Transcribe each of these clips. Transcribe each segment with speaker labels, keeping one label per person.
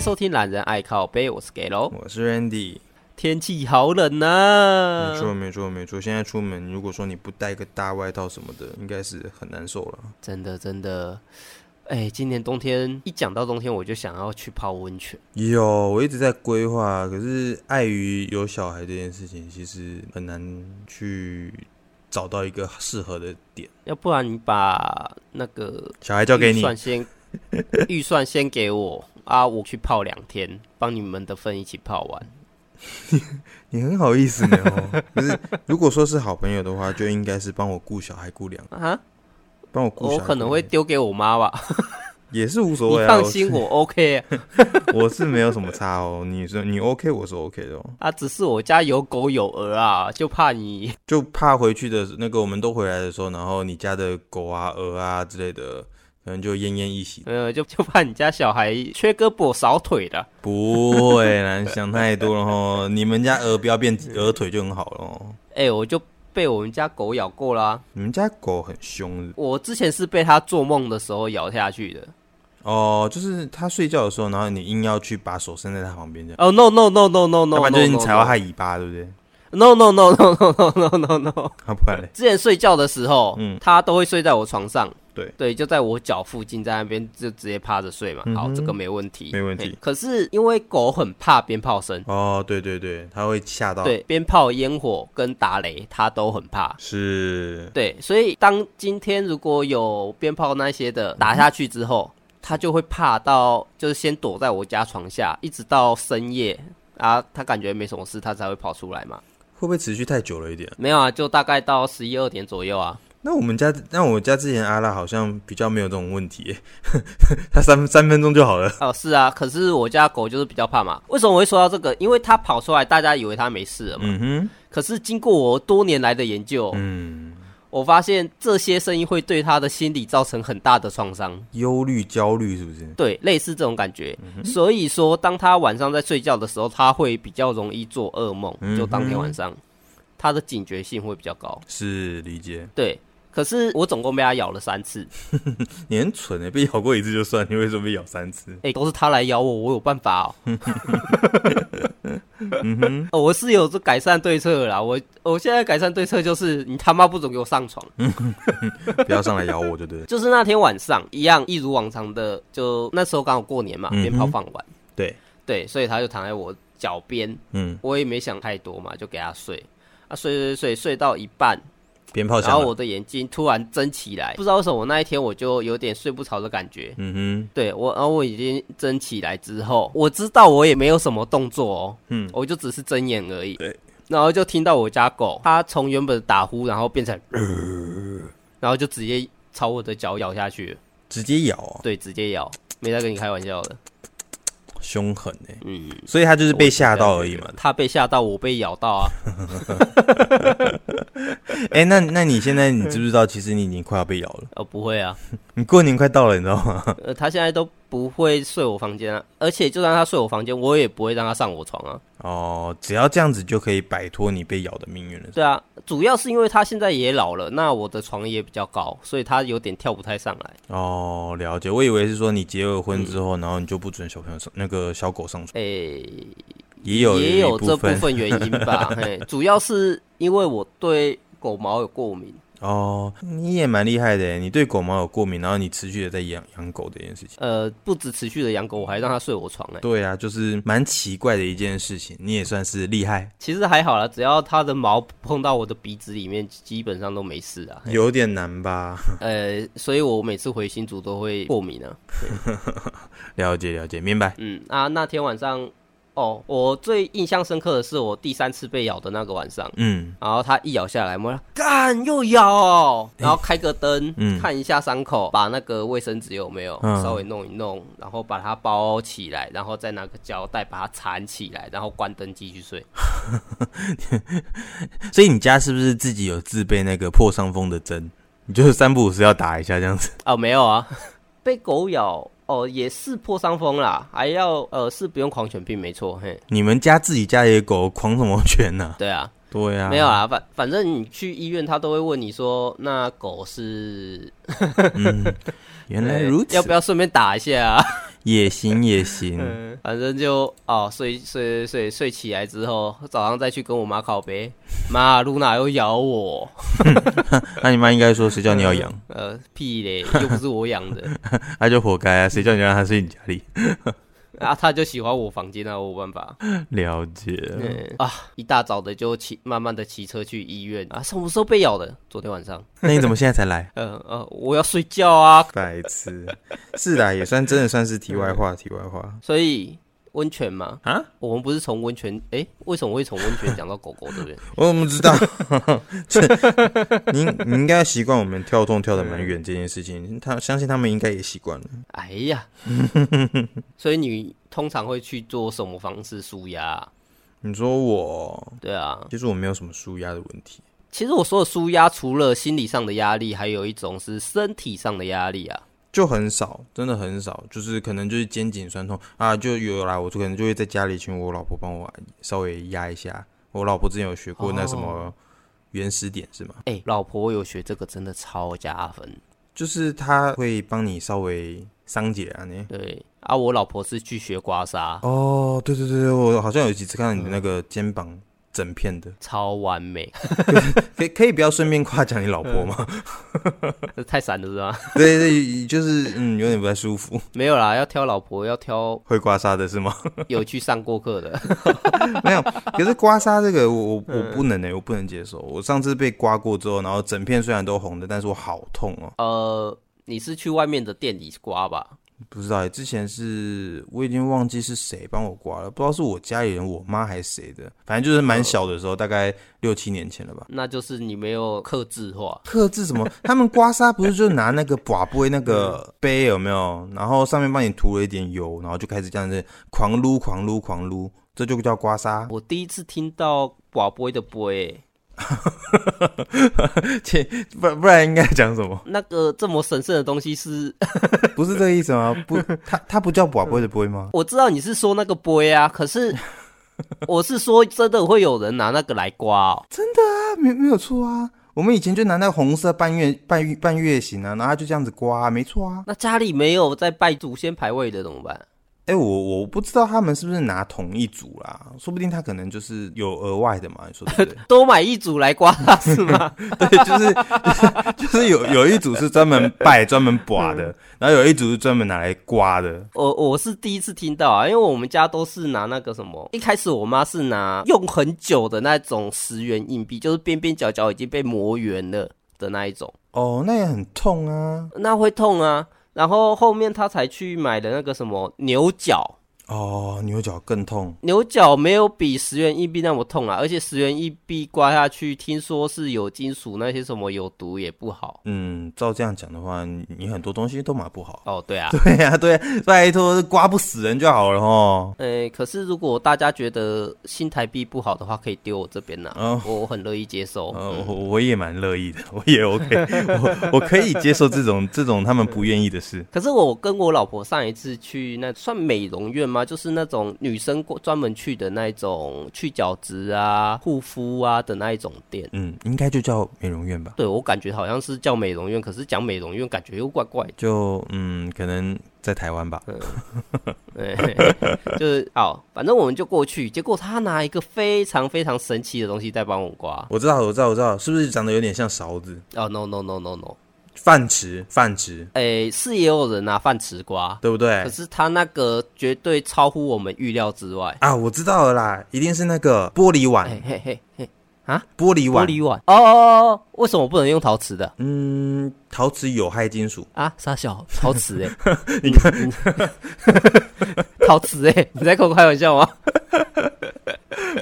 Speaker 1: 收听《懒人爱靠背》，我是 g a l o
Speaker 2: 我是 Randy，
Speaker 1: 天气好冷啊！
Speaker 2: 没错没错没错。现在出门，如果说你不带个大外套什么的，应该是很难受了。
Speaker 1: 真的真的，哎，今年冬天一讲到冬天，我就想要去泡温泉。
Speaker 2: 有，我一直在规划，可是碍于有小孩这件事情，其实很难去找到一个适合的点。
Speaker 1: 要不然你把那个
Speaker 2: 小孩交给
Speaker 1: 预
Speaker 2: 你，
Speaker 1: 算 先预算先给我啊，我去泡两天，帮你们的份一起泡完。
Speaker 2: 你很好意思呢、哦。可是如果说是好朋友的话，就应该是帮我顾小孩顾两，
Speaker 1: 啊，
Speaker 2: 帮我顾小
Speaker 1: 我
Speaker 2: 孩。
Speaker 1: 可能会丢给我妈吧，
Speaker 2: 也是无所
Speaker 1: 你
Speaker 2: 谓啊。
Speaker 1: 放心，我 OK 啊
Speaker 2: 我是没有什么差哦。你说你 OK，我是 OK 的哦。
Speaker 1: 啊，只是我家有狗有鹅啊，就怕你
Speaker 2: 就怕回去的那个我们都回来的时候，然后你家的狗啊、鹅啊之类的，可能就奄奄一息。
Speaker 1: 呃，就就怕你家小孩缺胳膊少腿的。
Speaker 2: 不会啦，你想太多了吼。你们家鹅不要变鹅腿就很好了哦。
Speaker 1: 哎、我就被我们家狗咬过啦、
Speaker 2: 你们家狗很凶的
Speaker 1: 我之前是被它做梦的时候咬下去的。
Speaker 2: 哦，就是它睡觉的时候，然后你硬要去把手伸在它旁边这样，
Speaker 1: 哦、no no no no no no，
Speaker 2: 要不然就是你踩到它
Speaker 1: 害。
Speaker 2: 尾巴，对不对？
Speaker 1: No no no no no no no no no。
Speaker 2: 啊，不然嘞，
Speaker 1: 之前睡觉的时候，
Speaker 2: 嗯
Speaker 1: 它都会睡在我床上，
Speaker 2: 对
Speaker 1: 对，就在我脚附近，在那边就直接趴着睡嘛。
Speaker 2: 嗯哼
Speaker 1: 好，这个没问题，
Speaker 2: 没问题
Speaker 1: 嘿可是因为狗很怕鞭炮声，
Speaker 2: 哦，对对对，它会吓到，
Speaker 1: 对，鞭炮、烟火跟打雷，它都很怕。
Speaker 2: 是，
Speaker 1: 对，所以当今天如果有鞭炮那些的打下去之后，他就会怕到，就是先躲在我家床下，一直到深夜啊，他感觉没什么事，他才会跑出来嘛。
Speaker 2: 会不会持续太久了一点？
Speaker 1: 没有啊，就大概到十一二点左右啊。
Speaker 2: 那我们家，那我家之前阿拉好像比较没有这种问题耶， 他三三分钟就好了。
Speaker 1: 哦，是啊，可是我家狗就是比较怕嘛。为什么我会说到这个？因为它跑出来，大家以为它没事了嘛。
Speaker 2: 嗯哼，
Speaker 1: 可是经过我多年来的研究，
Speaker 2: 嗯，
Speaker 1: 我发现这些声音会对它的心理造成很大的创伤。
Speaker 2: 忧虑、焦虑是不是？
Speaker 1: 对，类似这种感觉。
Speaker 2: 嗯
Speaker 1: 所以说，当他晚上在睡觉的时候，他会比较容易做噩梦，
Speaker 2: 嗯哼
Speaker 1: 就当天晚上，他的警觉性会比较高。
Speaker 2: 是理解。
Speaker 1: 对，可是我总共被他咬了三次，
Speaker 2: 你很蠢诶，被咬过一次就算，你为什么被咬三 次？
Speaker 1: 哎、都是他来咬我，我有办法 哦。
Speaker 2: 嗯
Speaker 1: 哦我是有这改善对策啦，我我现在改善对策就是你他妈不准给我上床。
Speaker 2: 嗯不要上来咬我就对了。
Speaker 1: 就是那天晚上一样，一如往常的，就那时候刚好过年嘛，
Speaker 2: 嗯哼
Speaker 1: 鞭炮放完，
Speaker 2: 对，
Speaker 1: 对，所以他就躺在我脚边，
Speaker 2: 嗯，
Speaker 1: 我也没想太多嘛，就给他睡。啊，睡睡睡睡到一半，
Speaker 2: 鞭炮
Speaker 1: 然
Speaker 2: 响
Speaker 1: 后
Speaker 2: 了。
Speaker 1: 我的眼睛突然睁起来，不知道为什么我那一天我就有点睡不着的感觉。
Speaker 2: 嗯
Speaker 1: 对我，然后我已经睁起来之后，我知道我也没有什么动作哦，
Speaker 2: 嗯，
Speaker 1: 我就只是睁眼而已。
Speaker 2: 对，
Speaker 1: 然后就听到我家狗，它从原本的打呼，然后变成，然后就直接朝我的脚咬下去了，
Speaker 2: 哼，直接咬、哦，
Speaker 1: 对，直接咬，没在跟你开玩笑的。
Speaker 2: 凶狠诶。
Speaker 1: 嗯，
Speaker 2: 所以他就是被吓到而已嘛。
Speaker 1: 它被吓到，我被咬到啊。
Speaker 2: 哎、那那你现在你知不知道，其实你已经快要被咬了？
Speaker 1: 哦，不会啊，
Speaker 2: 你过年快到了，你知道 吗？
Speaker 1: 呃，他现在都不会睡我房间啊，而且就算他睡我房间，我也不会让他上我床啊。
Speaker 2: 哦，只要这样子就可以摆脱你被咬的命运了。
Speaker 1: 对啊，主要是因为他现在也老了，那我的床也比较高，所以他有点跳不太上来。
Speaker 2: 哦，了解。我以为是说你结了
Speaker 1: 嗯
Speaker 2: 婚之后，然后你就不准小朋友上那个小狗上床，
Speaker 1: 诶、
Speaker 2: 也有
Speaker 1: 也有这
Speaker 2: 部
Speaker 1: 部分原因吧， 嘿，主要是因为我对狗毛有过敏。
Speaker 2: 哦。你也蛮厉害的耶，你对狗毛有过敏，然后你持续的在养养狗这件事情。
Speaker 1: 呃，不止持续的养狗，我还让它睡我床哎、
Speaker 2: 对啊，就是蛮奇怪的一件事情，你也算是厉害，
Speaker 1: 其实还好啦，只要它的毛碰到我的鼻子里面，基本上都没事啊。
Speaker 2: 有点难吧？
Speaker 1: 呃，所以我每次回新竹都会过敏啊。
Speaker 2: 了解了解，明白。
Speaker 1: 嗯啊，那天晚上，哦，我最印象深刻的是我第三次被咬的那个晚上，
Speaker 2: 嗯，
Speaker 1: 然后它一咬下来，我说干又咬哦，然后开个灯、
Speaker 2: 嗯
Speaker 1: 看一下伤口，把那个卫生纸有没有、
Speaker 2: 嗯
Speaker 1: 稍微弄一弄，然后把它包起来，然后再拿个胶带把它缠起来，然后关灯继续睡。
Speaker 2: 所以你家是不是自己有自备那个破伤风的针？你就是三不五时要打一下这样子。
Speaker 1: 哦，没有啊， 被狗咬哦也是破伤风啦，还要呃是不用狂犬病没错，嘿，
Speaker 2: 你们家自己家里的狗狂什么犬呢、
Speaker 1: 对啊，
Speaker 2: 对呀、
Speaker 1: 没有，啊，反反正你去医院，他都会问你说，那狗是
Speaker 2: 原来哎如此，
Speaker 1: 哎要不要顺便打一下、啊？
Speaker 2: 也行也行，
Speaker 1: 嗯，反正就哦，睡睡睡睡起来之后，早上再去跟我妈靠呗。 妈，露娜又咬我，
Speaker 2: 那你妈应该说谁叫你要养，
Speaker 1: 呃，屁 嘞，又不是我养的
Speaker 2: 她就活该啊，谁叫你让她睡你家里？
Speaker 1: 啊，他就喜欢我房间啊，我有办法。
Speaker 2: 了 解，
Speaker 1: 嗯啊，一大早的就骑，慢慢的骑车去医院啊。什么时候被咬的？昨天晚上。
Speaker 2: 那你怎么现在才来？
Speaker 1: 呃呃，我要睡觉啊，
Speaker 2: 白痴，是啦，也算真的算是题外话，题外话
Speaker 1: 所以。温泉嘛，
Speaker 2: 啊，
Speaker 1: 我们不是从温泉，诶，为什么会从温泉讲到狗狗，对不对？
Speaker 2: 我怎么知 道？这你你应该习惯我们跳动跳的蛮远这件事情，他相信他们应该也习惯了。
Speaker 1: 哎呀，所以你通常会去做什么方式舒压啊、
Speaker 2: 你说我，
Speaker 1: 对啊，
Speaker 2: 其实我没有什么舒压的问题，
Speaker 1: 其实我说的舒压，除了心理上的压力，还有一种是身体上的压力啊。
Speaker 2: 就很少，真的很少，就是可能就是肩颈酸痛啊，就有啦，我就可能就会在家里请我老婆帮我稍微压一下。我老婆之前有学过那什么原始点是吗？
Speaker 1: 哎、老婆，我有学这个，真的超加分。
Speaker 2: 就是她会帮你稍微桑解啊，你。
Speaker 1: 对啊，我老婆是去学刮痧，
Speaker 2: 哦，对对对对，我好像有几次看到你的那个肩膀整片的，
Speaker 1: 超完美，
Speaker 2: 可以可以不要顺便夸奖你老婆吗？
Speaker 1: 这太闪了是吧？
Speaker 2: 对对，就是嗯，有点不太舒服，
Speaker 1: 没有啦，要挑老婆，要挑
Speaker 2: 会刮痧的是吗？
Speaker 1: 有去上过课的。
Speaker 2: 没有，可是刮痧这个我我我不能哎、我不能接受。我上次被刮过之后，然后整片虽然都红的，但是我好痛哦。
Speaker 1: 呃，你是去外面的店里刮吧？
Speaker 2: 不知道哎、之前是我已经忘记是谁帮我刮了，不知道是我家里人、我妈还是谁的，反正就是蛮小的时候，大概六七年前了吧。
Speaker 1: 那就是你没有克制化。
Speaker 2: 克制什么？他们刮痧不是就拿那个刮杯那 个杯有没有？然后上面帮你涂了一点油，然后就开始这样子狂撸、狂撸、狂撸，这就叫刮痧。
Speaker 1: 我第一次听到刮杯的杯、欸
Speaker 2: 切，不不然应该讲什么？
Speaker 1: 那个这么神圣的东西是，？
Speaker 2: 不是这个意思吗？不，它它不叫刮杯的杯吗
Speaker 1: 我知道你是说那个杯啊，可是我是说真的会有人拿那个来刮哦。
Speaker 2: 啊，没没有错啊。我们以前就拿那个红色半月半月半月形啊，然后它就这样子刮、没错啊。
Speaker 1: 那家里没有在拜祖先牌位的怎么办？
Speaker 2: 哎、我我不知道他们是不是拿同一组啦，说不定他可能就是有额外的嘛，你说对 不对？
Speaker 1: 都买一组来刮是吗？
Speaker 2: 对，就是就是就是有有一组是专门拜、专门刮的，然后有一组是专门拿来刮的。
Speaker 1: 我我是第一次听到啊，因为我们家都是拿那个什么，一开始我妈是拿用很久的那种十元硬币，就是边边角角已经被磨圆了的那一种，
Speaker 2: 哦，那也很痛啊。
Speaker 1: 那会痛啊。然后后面她才去买的那个什么牛角，
Speaker 2: 哦，牛角更痛。
Speaker 1: 牛角没有比十元硬币那么痛啊，而且十元硬币刮下去，听说是有金属那些什么有毒也不好。
Speaker 2: 嗯，照这样讲的话，你你很多东西都买不好。
Speaker 1: 哦，对啊，
Speaker 2: 对呀、对、呀，拜托，刮不死人就好了哦。
Speaker 1: 呃，可是如果大家觉得新台币不好的话，可以丢我这边呐、啊
Speaker 2: 哦
Speaker 1: 我我很乐意接受。
Speaker 2: 呃，我 我也蛮乐意的，我也 OK，我 我可以接受这种这种他们不愿意的事。
Speaker 1: 可是我跟我老婆上一次去那算美容院吗？就是那种女生专门去的那一种去角质啊、护肤啊的那一种店。
Speaker 2: 嗯，应该就叫美容院吧。
Speaker 1: 对我感觉好像是叫美容院，可是讲美容院感觉又怪怪的。
Speaker 2: 就嗯，可能在台湾吧。
Speaker 1: 嗯对， 就是哦，反正我们就过去，结果他拿一个非常非常神奇的东西在帮我们刮。
Speaker 2: 我知道，我知道，我知道，是不是长得有点像勺子？
Speaker 1: 哦，no no no no no，
Speaker 2: 饭匙，饭匙，
Speaker 1: 诶，是也有人拿饭匙刮，
Speaker 2: 对不对
Speaker 1: 可？是他那个绝对超乎我们预料之外。
Speaker 2: 啊，我知道了啦，一定是那个玻璃碗，
Speaker 1: 嘿嘿嘿嘿，
Speaker 2: 玻
Speaker 1: 哎
Speaker 2: 璃
Speaker 1: 玻
Speaker 2: 碗，
Speaker 1: 璃碗哦哦哦哦，为什么不能用陶瓷的
Speaker 2: 嗯，陶瓷有害金属，
Speaker 1: 啊？傻小，陶瓷哎、 你看，嗯陶瓷哎、你在跟我开玩笑吗？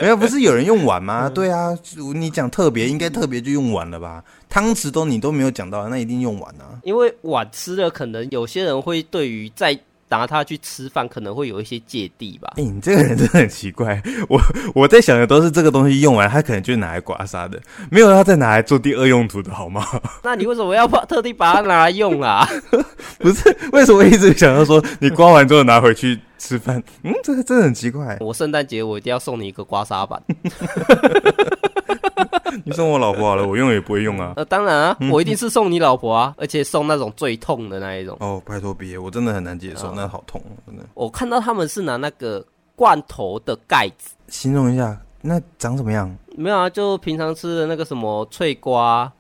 Speaker 2: 没有，不是有人用碗吗？对啊，你讲特别，应该特别就用碗了吧？汤匙都你都没有讲到，那一定用碗啊。
Speaker 1: 因为碗吃了，可能有些人会对于再拿它去吃饭，可能会有一些芥蒂吧。
Speaker 2: 哎、你这个人真的很奇怪，我我在想的都是这个东西用完，它可能就拿来刮痧的，没有要再拿来做第二用途的好吗？
Speaker 1: 那你为什么要把特地把它拿来用啊？
Speaker 2: 不是，为什么一直想要说你刮完之后拿回去吃饭？嗯，这个真的很奇怪。
Speaker 1: 我圣诞节我一定要送你一个刮痧板。
Speaker 2: 你送我老婆好了，我用也不会用啊。
Speaker 1: 呃，当然啊，我一定是送你老婆啊，而且送那种最痛的那一种。
Speaker 2: 哦，拜托别，我真的很难接受，
Speaker 1: 哦
Speaker 2: 那好痛，真的。
Speaker 1: 我看到他们是拿那个罐头的盖子，
Speaker 2: 形容一下，那长什么样？
Speaker 1: 没有啊，就平常吃的那个什么脆瓜，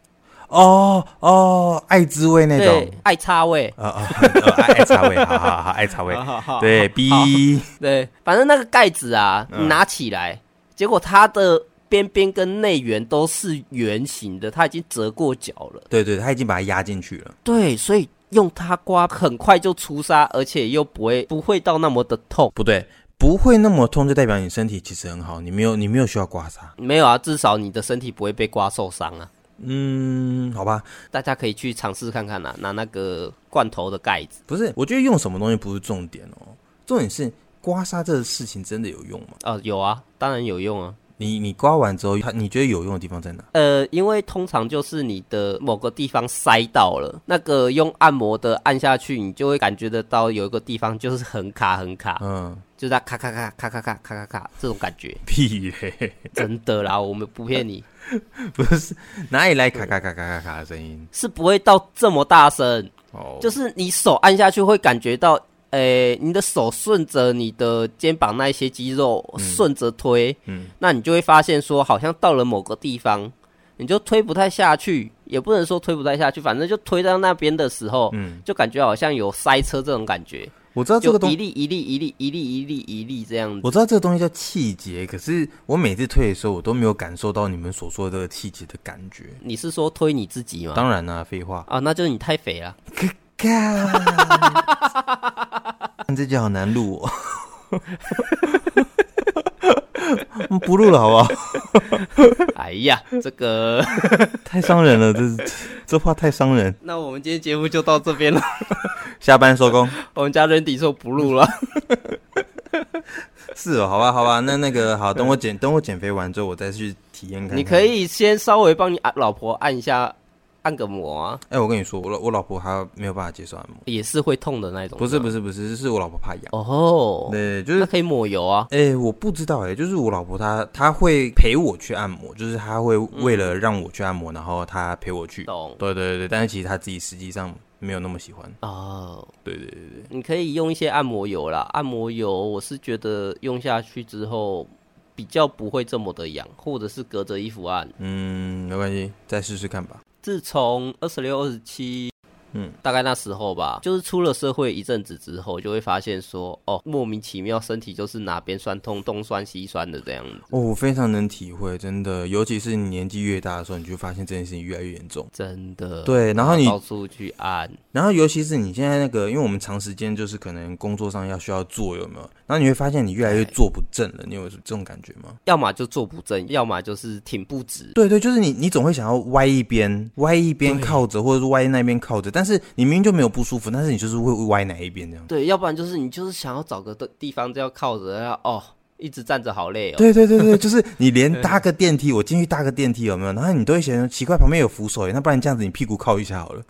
Speaker 2: 哦哦，爱滋味那
Speaker 1: 对
Speaker 2: 种。，
Speaker 1: 爱插味，
Speaker 2: 啊 啊，哦爱爱茶味，好好好，爱茶味。对，B
Speaker 1: 对，反正那个盖子啊，
Speaker 2: 嗯
Speaker 1: 拿起来，结果它的边边跟内缘都是圆形的，它已经折过角了。
Speaker 2: 对对，他已经把它压进去了。
Speaker 1: 对，所以用它刮很快就出痧，而且又不会不会到那么的痛。
Speaker 2: 不对，不会那么痛，就代表你身体其实很好，你没有你没有需要刮痧。
Speaker 1: 没有啊，至少你的身体不会被刮受伤啊。
Speaker 2: 嗯，好吧，
Speaker 1: 大家可以去尝试看看啊，拿那个罐头的盖子
Speaker 2: 不是，我觉得用什么东西不是重点哦，重点是刮痧这个事情真的有用吗？
Speaker 1: 啊、有啊，当然有用啊。
Speaker 2: 你你刮完之后，它你觉得有用的地方在哪？
Speaker 1: 呃，因为通常就是你的某个地方塞到了，那个用按摩的按下去，你就会感觉得到有一个地方就是 很卡很卡，
Speaker 2: 嗯，
Speaker 1: 就在咔咔咔咔咔咔咔咔咔这种感觉，
Speaker 2: 屁嘞，
Speaker 1: 真的啦，我们不骗你，
Speaker 2: 不是哪里来咔咔咔咔咔咔的声音？
Speaker 1: 是不会到这么大声，
Speaker 2: 哦，
Speaker 1: 就是你手按下去会感觉到，诶、你的手顺着你的肩膀那一些肌肉顺着推，
Speaker 2: 嗯，
Speaker 1: 那你就会发现说，好像到了某个地方，你就推不太下去，也不能说推不太下去，反正就推到那边的时候，
Speaker 2: 嗯
Speaker 1: 就感觉好像有塞车这种感觉，
Speaker 2: 我知道这
Speaker 1: 就
Speaker 2: 个东
Speaker 1: 一粒一粒一粒一粒一粒一粒这样子。
Speaker 2: 我知道这个东西叫气节，可是我每次推的时候，我都没有感受到你们所说的这个气节的感觉。
Speaker 1: 你是说推你自己吗？
Speaker 2: 当然啦、废话。
Speaker 1: 啊，那就是你太肥了。
Speaker 2: 看，这集好难录哦。我嗯们不录了好不好？
Speaker 1: 哎呀，这个，
Speaker 2: 太伤人了，这这话太伤人。
Speaker 1: 那我们今天节目就到这边了。
Speaker 2: 下班收工。
Speaker 1: 我们家 Randy 说不录了。
Speaker 2: 是哦，好吧，好吧，那那个好，等我减等我减肥完之后，我再去体验看看。
Speaker 1: 你可。以先稍微帮你啊老婆按一下，按个摩啊，
Speaker 2: 哎、我跟你说，我老我老婆她没有办法接受按摩，
Speaker 1: 也是会痛的那种。
Speaker 2: 不是不
Speaker 1: 是，
Speaker 2: 是不是，是我老婆怕痒。
Speaker 1: 哦，
Speaker 2: 对，就是
Speaker 1: 那可以抹油啊。
Speaker 2: 哎、我不知道哎、就是我老婆她她会陪我去按摩，就是她会
Speaker 1: 嗯
Speaker 2: 为了让我去按摩，然后她陪我去。
Speaker 1: 懂
Speaker 2: 对对对对，但是其实她自己实际上没有那么喜欢。
Speaker 1: 哦，
Speaker 2: 对对对对，
Speaker 1: 你可以用一些按摩油啦，按摩油我是觉得用下去之后比较不会这么的痒，或者是隔着衣服按。
Speaker 2: 嗯，没关系，再试试看吧。
Speaker 1: 自从二十六、二十七，
Speaker 2: 嗯，
Speaker 1: 大概那时候吧，就是出了社会一阵子之后，就会发现说，哦，莫名其妙身体就是哪边酸痛，东酸西酸的这样子，
Speaker 2: 哦，我非常能体会，真的，尤其是你年纪越大的时候，你就发现这件事情越来越严重。
Speaker 1: 真的。
Speaker 2: 对，然后你
Speaker 1: 到处去按，
Speaker 2: 然后尤其是你现在那个，因为我们长时间就是可能工作上要需要做，有没有？然后你会发现你越来越坐不正了，你有这种感觉吗？
Speaker 1: 要么就坐不正，要么就是挺不直。
Speaker 2: 对对，就是你，你总会想要歪一边，歪一边靠着，或者是歪那边靠着，但是你明明就没有不舒服，但是你就是会歪哪一边这样。
Speaker 1: 对，要不然就是你就是想要找个地地方这样靠着，要哦，一直站着好累哦。
Speaker 2: 对对对 对，就是你连搭个电梯，我进去搭个电梯有没有？然后你都会嫌奇怪，旁边有扶手耶，那不然这样子你屁股靠一下好了，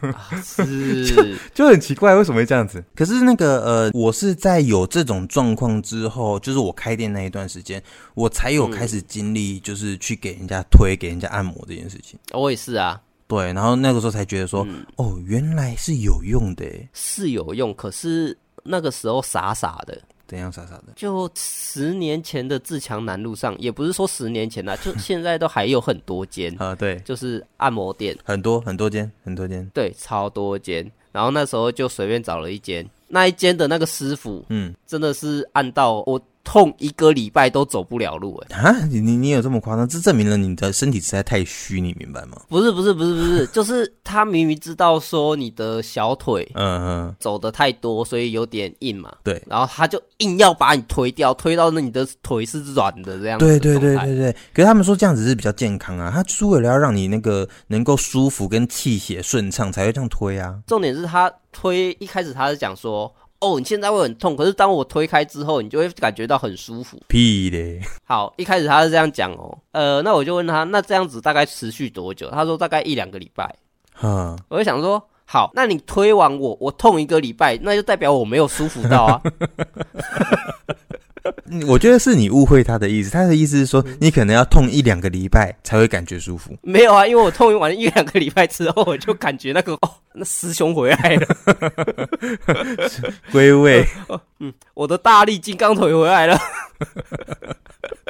Speaker 1: 是，
Speaker 2: 就很奇怪，为什么会这样子？可是那个呃，我是在有这种状况之后，就是我开店那一段时间，我才有开始经历，就是去给人家推、给人家按摩这件事情。
Speaker 1: 我也是啊，
Speaker 2: 对，然后那个时候才觉得说，哦，原来是有用的耶，欸
Speaker 1: 是有用，可是那个时候傻傻的。
Speaker 2: 怎样傻傻 的。
Speaker 1: 就十年前的自强南路上，也不是说十年前啦、就现在都还有很多间，
Speaker 2: 啊，对，
Speaker 1: 就是按摩店，
Speaker 2: 很多很多间，很多间，
Speaker 1: 对，超多间。然后那时候就随便找了一间，那一间的那个师傅
Speaker 2: 嗯
Speaker 1: 真的是按到我痛一个礼拜都走不了路、欸，
Speaker 2: 啊，你你你有这么夸张？这证明了你的身体实在太虚，你明白吗？
Speaker 1: 不是不是不是不是， 就是他明明知道说你的小腿
Speaker 2: 嗯嗯，
Speaker 1: 走的太多，所以有点硬嘛，
Speaker 2: 对
Speaker 1: 然后他就硬要把你推掉，推到那你的腿是软的这样子
Speaker 2: 对
Speaker 1: 的
Speaker 2: 对对
Speaker 1: 状态
Speaker 2: 对对。可是他们说这样子是比较健康啊，他就是为了要让你那个能够舒服跟气血顺畅才会这样推啊。
Speaker 1: 重点是他推一开始他是讲说，哦，你现在会很痛，可是当我推开之后，你就会感觉到很舒服。
Speaker 2: 屁嘞！
Speaker 1: 好，一开始他是这样讲哦，呃，那我就问他，那这样子大概持续多久？他说大概一两个礼拜。
Speaker 2: 哈，
Speaker 1: 我就想说，好，那你推完我，我痛一个礼拜，那就代表我没有舒服到啊。
Speaker 2: 嗯我觉得是你误会他的意思，他的意思是说你可能要痛一两个礼拜才会感觉舒服。
Speaker 1: 没有啊，因为我痛完一两个礼拜之后，我就感觉那个 哦，那师兄回来 了，
Speaker 2: 归位，
Speaker 1: 我的大力金刚腿回来了。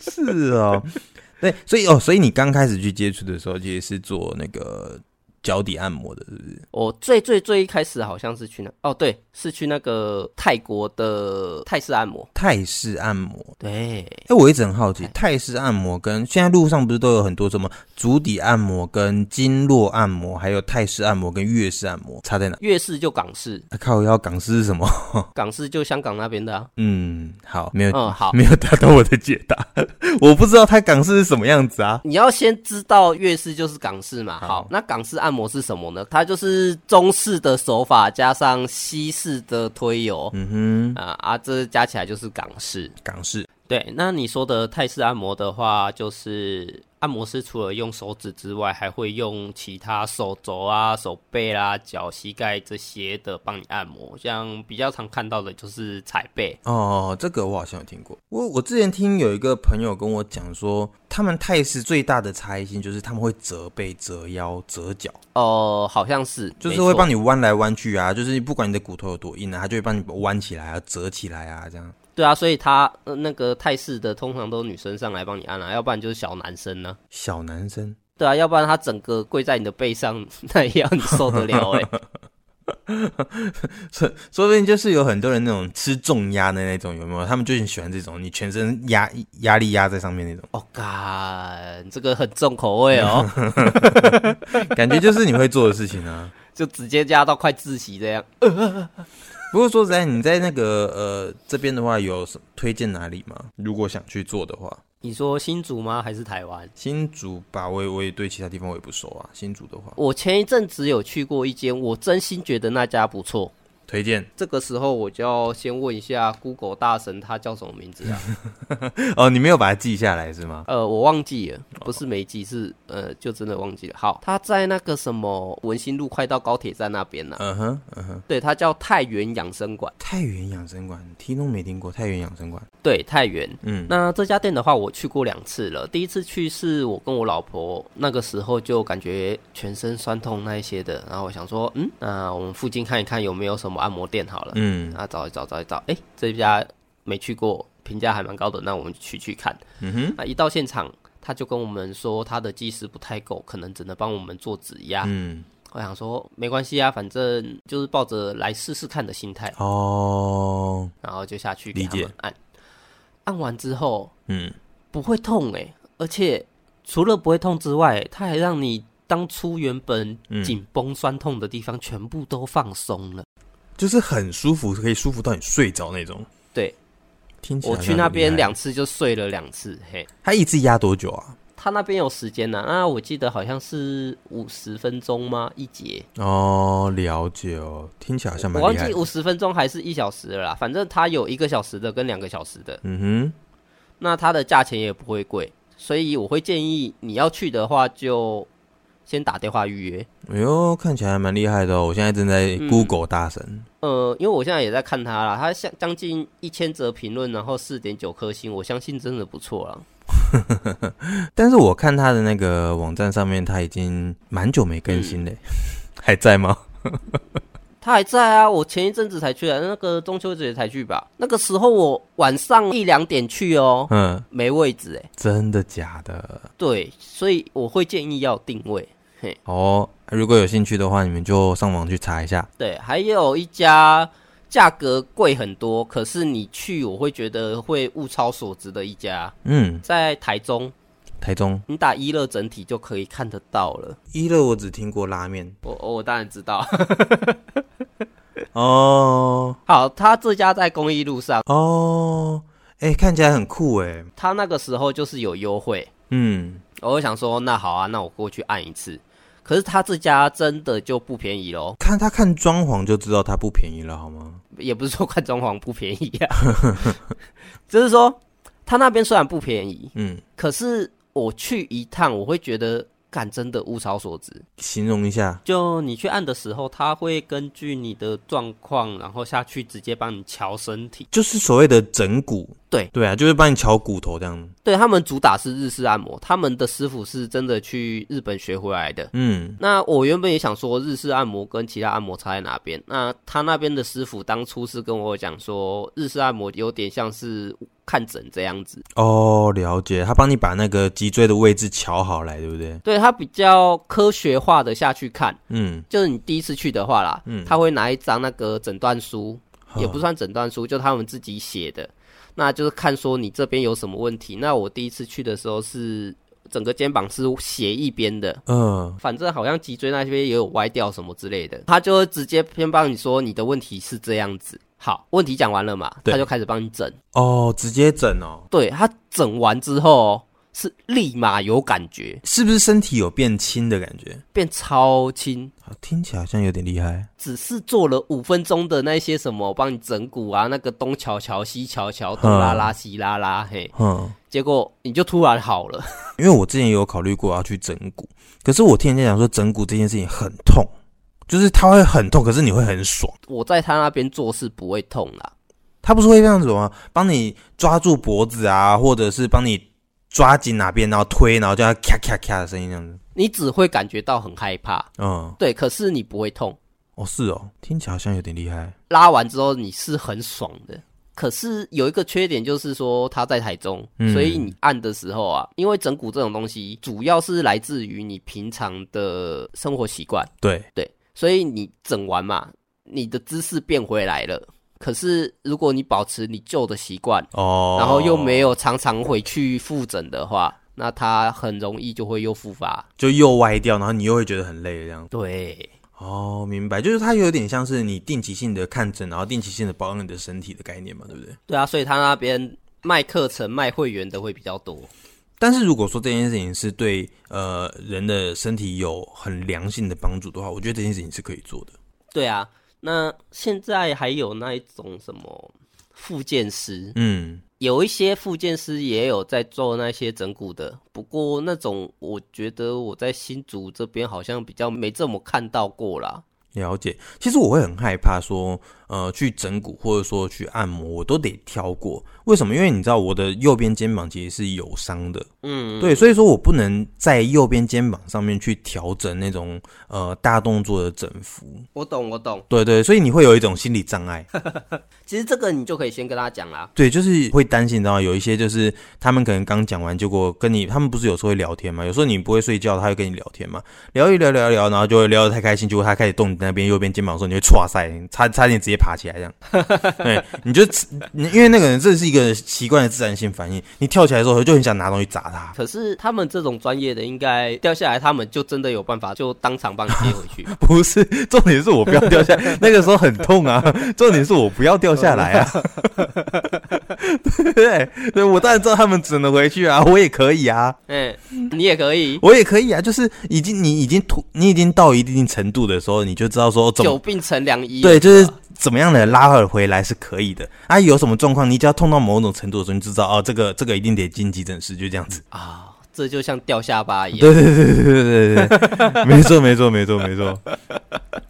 Speaker 2: 是哦， 对，所以哦，所以你刚开始去接触的时候，也是做那个脚底按摩的，是不是？
Speaker 1: 我哦最最最一开始好像是去那哦，对，是去那个泰国的泰式按摩。
Speaker 2: 泰式按摩。
Speaker 1: 对，
Speaker 2: 哎、我一直很好奇，泰式按摩跟现在路上不是都有很多什么足底按摩、跟经络按摩，还有泰式按摩跟粤式按摩，差在哪？
Speaker 1: 粤式就港式，
Speaker 2: 啊、靠腰港式是什么？
Speaker 1: 港式就香港那边的啊。
Speaker 2: 嗯，好，没有、
Speaker 1: 嗯，好，
Speaker 2: 没有达到我的解答， 我不知道它港式是什么样子啊。
Speaker 1: 你要先知道粤式就是港式嘛。
Speaker 2: 好
Speaker 1: 好，那港式按摩是什么呢？它就是中式的手法加上西式的推油。
Speaker 2: 嗯哼，
Speaker 1: 啊啊，这加起来就是港式。
Speaker 2: 港式
Speaker 1: 对，那你说的泰式按摩的话，就是按摩师除了用手指之外，还会用其他手肘啊、手背啦、脚、膝盖这些的帮你按摩。像比较常看到的就是踩背，
Speaker 2: 哦，这个我好像有听过。我我之前听有一个朋友跟我讲说，他们泰式最大的差异性就是他们会折背、折腰、折脚，
Speaker 1: 哦、好像是，
Speaker 2: 就是会帮
Speaker 1: 你。
Speaker 2: 你弯来弯去啊，就是不管你的骨头有多硬啊，他就会帮你弯起来啊、折起来啊，这样。
Speaker 1: 对啊，所以他、呃那个泰式的通常都是女生上来帮你按啊，要不然就是小男生呢、
Speaker 2: 小男生，
Speaker 1: 对啊，要不然他整个跪在你的背上， 那也要你受得了 哎、
Speaker 2: 说说不定就是有很多人那种吃重压的那种，有没有？他们就很喜欢这种，你全身压压力压在上面那种。
Speaker 1: 哦，干，这个很重口味哦，
Speaker 2: 感觉就是你会做的事情啊。
Speaker 1: 就直接压到快窒息这样。
Speaker 2: 不过说实在，你在那个呃这边的话，有什推荐哪里吗？如果想去做的话，
Speaker 1: 你说新竹吗？还是台湾？
Speaker 2: 新竹吧，我也我也对其他地方我也不熟啊。新竹的话，
Speaker 1: 我前一阵子有去过一间，我真心觉得那家不错。
Speaker 2: 推荐
Speaker 1: 这个时候我就要先问一下 Google 大神，他叫什么名字啊？
Speaker 2: 哦，你没有把它记下来是吗？
Speaker 1: 呃，我忘记了，不是没记，是呃，就真的忘记了。好，他在那个什么文心路快到高铁站那边呢、啊
Speaker 2: 嗯哼，嗯哼，
Speaker 1: 对，他叫太原养生馆。
Speaker 2: 太原养生馆听都没听过，太原养生馆，
Speaker 1: 对，太原。
Speaker 2: 嗯，
Speaker 1: 那这家店的话，我去过两次了。第一次去是我跟我老婆，那个时候就感觉全身酸痛那一些的，然后我想说，嗯，那我们附近看一看有没有什么按摩店好了。
Speaker 2: 嗯
Speaker 1: 啊，找一找，找一找，哎、这家没去过，评价还蛮高的，那我们去去看。
Speaker 2: 嗯哼，
Speaker 1: 那一到现场，他就跟我们说他的技师不太够，可能只能帮我们做指压。
Speaker 2: 嗯，
Speaker 1: 我想说没关系啊，反正就是抱着来试试看的心态，
Speaker 2: 哦，
Speaker 1: 然后就下去给
Speaker 2: 理
Speaker 1: 他
Speaker 2: 解
Speaker 1: 们按。按完之后
Speaker 2: 嗯，
Speaker 1: 不会痛哎、而且除了不会痛之外，它还让你当初原本
Speaker 2: 嗯
Speaker 1: 紧绷酸痛的地方全部都放松了。
Speaker 2: 就是很舒服，可以舒服到你睡着那种。
Speaker 1: 对，
Speaker 2: 听起来
Speaker 1: 我去
Speaker 2: 好像
Speaker 1: 那
Speaker 2: 很厉
Speaker 1: 边
Speaker 2: 害，
Speaker 1: 两次就睡了两次，嘿。
Speaker 2: 他一次压多久啊？
Speaker 1: 他那边有时间呐、那我记得好像是五十分钟吗？一节，
Speaker 2: 哦，了解哦，听起来好像
Speaker 1: 我
Speaker 2: 蛮
Speaker 1: 忘
Speaker 2: 厉害
Speaker 1: 记
Speaker 2: 的。
Speaker 1: 五十分钟还是一小时了啦。反正他有一个小时的跟两个小时的，
Speaker 2: 嗯
Speaker 1: 那它的价钱也不会贵，所以我会建议你要去的话就先打电话预约。
Speaker 2: 哼，哎呦，看起来还蛮厉害的哦。我现在正在
Speaker 1: 嗯
Speaker 2: Google 大神，
Speaker 1: 呃，因为我现在也在看它啦，它像将近一千则评论，然后四点九颗星，我相信真的不错啦。
Speaker 2: 但是我看他的那个网站上面，他已经蛮久没更新嘞，
Speaker 1: 嗯
Speaker 2: 还在吗？
Speaker 1: 它还在啊，我前一阵子才去啊的，那个中秋节才去吧。那个时候我晚上一两点去哦，
Speaker 2: 嗯，
Speaker 1: 没位置哎、
Speaker 2: 真的假的？
Speaker 1: 对，所以我会建议要定位。嘿，
Speaker 2: 哦，如果有兴趣的话，你们就上网去查一下。
Speaker 1: 对，还有一家价格贵很多，可是你去我会觉得会物超所值的一家，
Speaker 2: 嗯，
Speaker 1: 在台中，
Speaker 2: 台中
Speaker 1: 你打一乐整体就可以看得到了。
Speaker 2: 一乐我只听过拉面
Speaker 1: 我我当然知道，
Speaker 2: 哦
Speaker 1: 好，他这家在公益路上，
Speaker 2: 哦，哎、看起来很酷哎。
Speaker 1: 他那个时候就是有优惠，
Speaker 2: 嗯，
Speaker 1: 我就想说那好啊，那我过去按一次。可是他这家真的就不便宜喽，
Speaker 2: 看他看装潢就知道它不便宜了，好吗？
Speaker 1: 也不是说看装潢不便宜啊， 就是说他那边虽然不便宜，
Speaker 2: 嗯，
Speaker 1: 可是我去一趟，我会觉得干真的物超所值。
Speaker 2: 形容一下，
Speaker 1: 就你去按的时候，它会根据你的状况，然后下去直接帮你瞧身体。
Speaker 2: 就是所谓的整骨。
Speaker 1: 对
Speaker 2: 对啊，就是帮你敲骨头这样。
Speaker 1: 对他们主打是日式按摩，他们的师傅是真的去日本学回来的。
Speaker 2: 嗯，
Speaker 1: 那我原本也想说日式按摩跟其他按摩差在哪边？那他那边的师傅当初是跟我讲说，日式按摩有点像是看诊这样子，
Speaker 2: 哦，了解。他帮你把那个脊椎的位置瞧好来，对不对？
Speaker 1: 对他比较科学化的下去看。
Speaker 2: 嗯，
Speaker 1: 就是你第一次去的话啦，
Speaker 2: 嗯
Speaker 1: 他会拿一张那个诊断书，
Speaker 2: 呵
Speaker 1: 也不算诊断书，就他们自己写的，那就是看说你这边有什么问题。那我第一次去的时候是整个肩膀是斜一边的，
Speaker 2: 嗯，
Speaker 1: 反正好像脊椎那边也有歪掉什么之类的，他就会直接先帮你说你的问题是这样子。好，问题讲完了嘛，
Speaker 2: 对
Speaker 1: 他就开始帮你整。
Speaker 2: 哦，直接整哦，
Speaker 1: 对他整完之后哦是立马有感觉，
Speaker 2: 是不是身体有变轻的感觉？
Speaker 1: 变超轻。
Speaker 2: 好听起来好像有点厉害。
Speaker 1: 只是做了五分钟的那些什么帮你整骨啊，那个东瞧瞧西瞧瞧，东拉拉西拉拉，嘿，
Speaker 2: 嗯，
Speaker 1: 结果你就突然好了。
Speaker 2: 因为我之前也有考虑过要去整骨，可是我听人家讲说整骨这件事情很痛，就是它会很痛，可是你会很爽。
Speaker 1: 我在他那边做事不会痛啦，
Speaker 2: 他不是会这样子吗？帮你抓住脖子啊，或者是帮你抓紧哪边，然后推，然后叫它咔咔咔的声音这样子。
Speaker 1: 你只会感觉到很害怕，
Speaker 2: 嗯，
Speaker 1: 对，可是你不会痛。
Speaker 2: 哦，是哦，听起来好像有点厉害。
Speaker 1: 拉完之后你是很爽的。可是有一个缺点就是说它在台中，
Speaker 2: 嗯
Speaker 1: 所以你按的时候啊，因为整骨这种东西主要是来自于你平常的生活习惯，
Speaker 2: 对，
Speaker 1: 对，所以你整完嘛，你的姿势变回来了。可是如果你保持你旧的习惯，
Speaker 2: 哦，
Speaker 1: 然后又没有常常回去复诊的话，那它很容易就会又复发。
Speaker 2: 就又歪掉，然后你又会觉得很累这样。
Speaker 1: 对，
Speaker 2: 哦，明白，就是它有点像是你定期性的看诊，然后定期性的保养你的身体的概念嘛，对不对？
Speaker 1: 对啊，所以他那边卖课程、卖会员的会比较多。
Speaker 2: 但是如果说这件事情是对呃人的身体有很良性的帮助的话，我觉得这件事情是可以做的。
Speaker 1: 对啊，那现在还有那一种什么复健师，
Speaker 2: 嗯，
Speaker 1: 有一些复健师也有在做那些整骨的，不过那种我觉得我在新竹这边好像比较没这么看到过啦。
Speaker 2: 了解。其实我会很害怕说，呃，去整骨或者说去按摩，我都得挑过。为什么？因为你知道我的右边肩膀其实是有伤的，
Speaker 1: 嗯，
Speaker 2: 对，所以说我不能在右边肩膀上面去调整那种呃大动作的整幅。
Speaker 1: 我懂，我懂。
Speaker 2: 对对，所以你会有一种心理障碍，
Speaker 1: 其实这个你就可以先跟他讲啦。
Speaker 2: 对，就是会担心，你知道吗有一些就是他们可能刚讲完，结果跟你他们不是有时候会聊天嘛，有时候你不会睡觉，他会跟你聊天嘛，聊一聊聊一聊，然后就会聊得太开心，结果他开始动你那边右边肩膀的时候，你会歘塞，差差点直接爬起来这样，对，你就你因为那个人这是一个习惯的自然性反应，你跳起来的时候就很想拿东西砸他，
Speaker 1: 可是他们这种专业的，应该掉下来，他们就真的有办法，就当场帮你接回 去。
Speaker 2: 不是，重点是我不要掉下，那个时候很痛啊。重点是我不要掉下来啊。 对对，对我当然知道他们只能回去啊，我也可以啊，
Speaker 1: 哎、你也可以，
Speaker 2: 我也可以啊。就是已经你已经突，你已经到一定程度的时候，你就知道说哦怎
Speaker 1: 久
Speaker 2: 么
Speaker 1: 病成良医。
Speaker 2: 对，就是怎么样的拉回来是可以的啊。有什么状况，你只要痛到某种程度的时候，你就知道哦，这个这个一定得进急诊室，就这样子。
Speaker 1: 啊，这就像掉下巴一样。
Speaker 2: 对对对对对对对对，没错没错没错没错，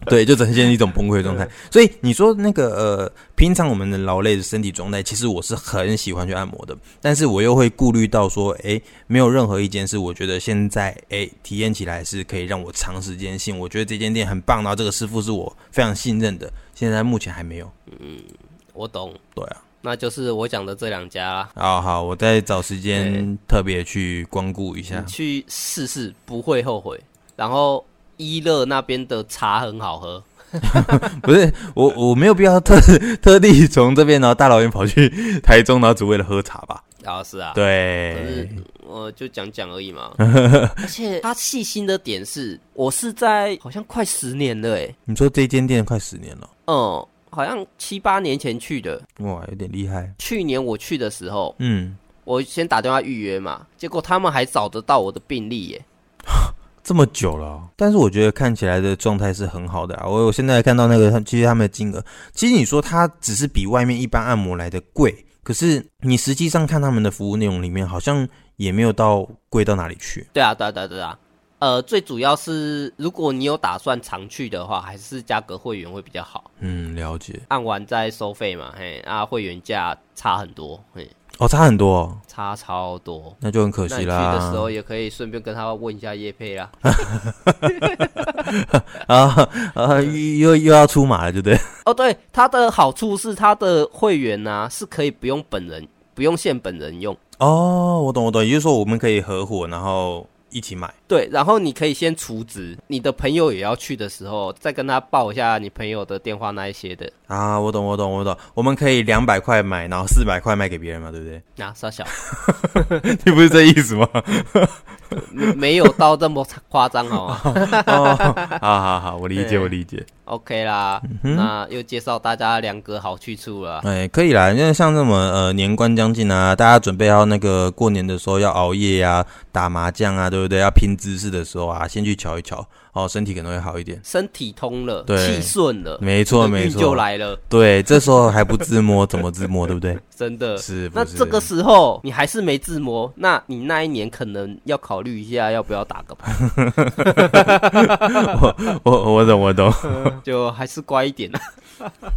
Speaker 2: 对，就呈现一种崩溃状态。所以你说那个呃，平常我们的劳累的身体状态，其实我是很喜欢去按摩的，但是我又会顾虑到说，诶，没有任何一件事，我觉得现在诶体验起来是可以让我长时间性，我觉得这间店很棒，然后这个师傅是我非常信任的，现在目前还没有。
Speaker 1: 我懂，
Speaker 2: 对啊，
Speaker 1: 那就是我讲的这两家啦。
Speaker 2: 啊好，我再找时
Speaker 1: 对
Speaker 2: 间特别去光顾一下
Speaker 1: 你。去试试，不会后悔。然后一乐那边的茶很好喝，
Speaker 2: 不是我，我没有必要特特地从这边然后大老远跑去台中，然后只为了喝茶吧？
Speaker 1: 啊是啊，可
Speaker 2: 对
Speaker 1: 是，我就讲讲而已嘛。而且他细心的点是，我是在好像快十年了诶，
Speaker 2: 你说这间店快十年了，
Speaker 1: 嗯，好像七八年前去的。
Speaker 2: 哇，有点厉害。
Speaker 1: 去年我去的时候，
Speaker 2: 嗯，
Speaker 1: 我先打电话预约嘛，结果他们还找得到我的病历耶。
Speaker 2: 这么久了哦、但是我觉得看起来的状态是很好的啊。我我现在看到那个，他其实他们的金额，其实你说它只是比外面一般按摩来的贵，可是你实际上看他们的服务内容里面，好像也没有到贵到哪里去。
Speaker 1: 对啊，对啊，对啊，对啊。呃，最主要是如果你有打算常去的话，还是加个会员会比较好。
Speaker 2: 嗯，了解。
Speaker 1: 按完再收费嘛，嘿，啊，会员价差很多，嘿，
Speaker 2: 哦，差很多、哦，
Speaker 1: 差超多。
Speaker 2: 那就很可
Speaker 1: 那
Speaker 2: 惜
Speaker 1: 你去
Speaker 2: 啦。
Speaker 1: 的时候也可以顺便跟他问一下叶配啦。
Speaker 2: 啊啊，又又要出马了，对不 对？
Speaker 1: 哦，对，它的好处是它的会员呢、是可以不用本人，不用限本人用。
Speaker 2: 哦，我懂我懂，也就是说我们可以合伙，然后一起买。
Speaker 1: 对，然后你可以先储值，你的朋友也要去的时候，再跟他报一下你朋友的电话那一些的。
Speaker 2: 啊，我懂我懂我懂，我们可以两百块买，然后四百块卖给别人嘛，对不 对？
Speaker 1: 那、啊、傻小，
Speaker 2: 你不是这意思吗？
Speaker 1: 没 没有到这么夸张好 吗
Speaker 2: 哦，好好 好，我理解
Speaker 1: 对
Speaker 2: 我理解。
Speaker 1: ？OK 啦，
Speaker 2: 嗯
Speaker 1: 那又介绍大家两个好去处了。
Speaker 2: 哎，可以啦，因为像这么呃年关将近啊，大家准备要那个过年的时候要熬夜啊，打麻将啊，对不对？要拼姿势的时候啊，先去瞧一瞧，哦，身体可能会好一点。
Speaker 1: 身体通了，
Speaker 2: 对
Speaker 1: 气顺了，
Speaker 2: 没错
Speaker 1: 你的
Speaker 2: 没
Speaker 1: 运就
Speaker 2: 错，
Speaker 1: 来了，
Speaker 2: 对，这时候还不自摸怎么自摸，对不 对？
Speaker 1: 真的。
Speaker 2: 是，
Speaker 1: 那
Speaker 2: 不是
Speaker 1: 这个时候你还是没自摸，那你那一年可能要考虑一下要不要打个 牌，
Speaker 2: 我我我懂我懂，
Speaker 1: 就还是乖一点 啊。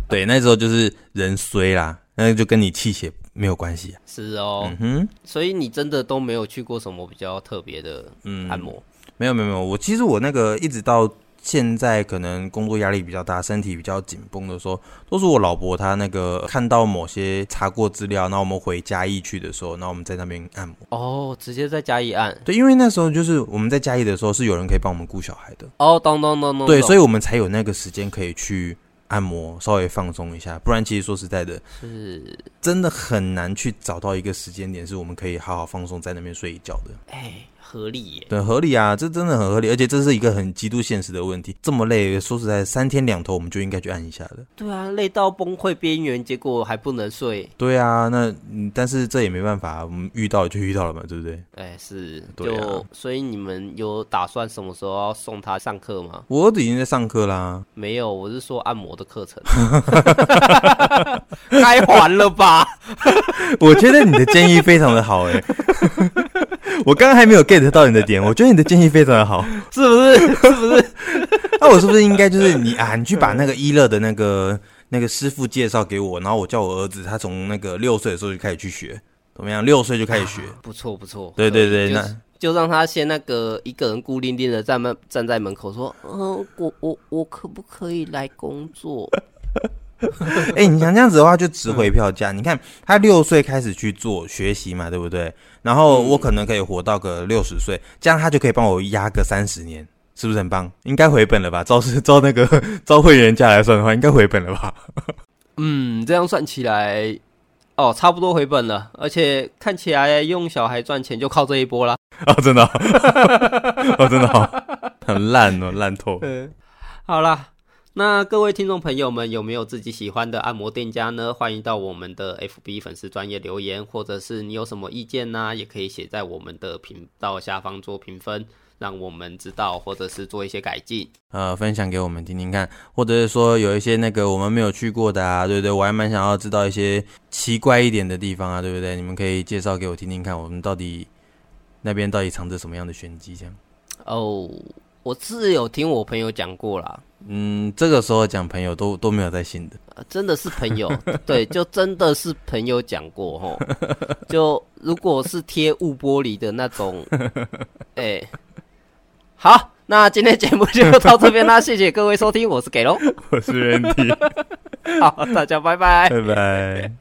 Speaker 2: 对，那时候就是人衰啦，那就跟你气血没有关系、啊。
Speaker 1: 是哦，
Speaker 2: 嗯哼，
Speaker 1: 所以你真的都没有去过什么比较特别的
Speaker 2: 嗯，
Speaker 1: 按摩，
Speaker 2: 没有没有没有，我其实我那个一直到现在，可能工作压力比较大，身体比较紧绷的时候，都是我老婆她那个看到某些查过资料，然后我们回嘉义去的时候，然后我们在那边按摩。
Speaker 1: 哦，直接再加一按，
Speaker 2: 对，因为那时候就是我们在嘉义的时候，是有人可以帮我们顾小孩的，
Speaker 1: 哦，咚咚咚咚，
Speaker 2: 对，所
Speaker 1: 以
Speaker 2: 以我们才有那个时间可以去按摩，稍微放松一下。不然其实说实在的，
Speaker 1: 是，
Speaker 2: 真的很难去找到一个时间点，是我们可以好好放松在那边睡一觉的。
Speaker 1: 哎，合理耶，
Speaker 2: 对，合理啊，这真的很合理，而且这是一个很极度现实的问题。这么累，说实在，三天两头我们就应该去按一下的。
Speaker 1: 对啊，累到崩溃边缘，结果还不能睡，
Speaker 2: 对啊，那嗯但是这也没办法，我们遇到就遇到了嘛，对不对？
Speaker 1: 哎，是，
Speaker 2: 对啊
Speaker 1: 就所以你们有打算什么时候要送他上课吗？
Speaker 2: 我儿子已经在上课啦，
Speaker 1: 没有，我是说按摩的课程， 该还了吧？
Speaker 2: 我觉得你的建议非常的好哎、 我刚刚还没有 get 到你的点，我觉得你的建议非常的好。
Speaker 1: 是不是？
Speaker 2: 那我是不是应该就是你啊？你去把那个一乐的那个 那个师傅介绍给我，然后我叫我儿子，他从那个六岁的时候就开始去学，怎么样？六岁就开始学，
Speaker 1: 不错不错，
Speaker 2: 对
Speaker 1: 可
Speaker 2: 对
Speaker 1: 以
Speaker 2: 对，
Speaker 1: 就是
Speaker 2: 那
Speaker 1: 就让他先那个一个人孤零零的站门站在门口说，嗯、我我我可不可以来工作？
Speaker 2: 哎、你想这样子的话，就值回票价。你看，他六岁开始去做学习嘛，对不对？然后我可能可以活到个六十岁，这样他就可以帮我压个三十年，是不是很棒？应该回本了吧？照是 照那个照会员价来算的话，应该回本了吧？
Speaker 1: 嗯，这样算起来，哦，差不多回本了，而且看起来用小孩赚钱就靠这一波啦。
Speaker 2: 啊，真的、哦， 哦，真的、哦， 很烂哦，烂透。
Speaker 1: 嗯，好啦，那各位听众朋友们有没有自己喜欢的按摩店家呢？欢迎到我们的 FB 粉丝专业留言，或者是你有什么意见呢、也可以写在我们的频道下方做评分，让我们知道，或者是做一些改进。
Speaker 2: 呃，分享给我们听听看，或者是说有一些那个我们没有去过的啊，对不对？我还蛮想要知道一些奇怪一点的地方啊，对不对？你们可以介绍给我听听看，我们到底那边到底藏着什么样的玄机？这样，
Speaker 1: 哦，我是有听我朋友讲过啦，
Speaker 2: 嗯，这个时候讲朋友都都没有在信的，
Speaker 1: 呃真的是朋友， 对，就真的是朋友讲过吼，就如果是贴雾玻璃的那种， 哎、好，那今天节目就到这边啦，谢谢各位收听，我是给龙，
Speaker 2: 我是任体，
Speaker 1: 好，大家拜拜。
Speaker 2: 拜拜。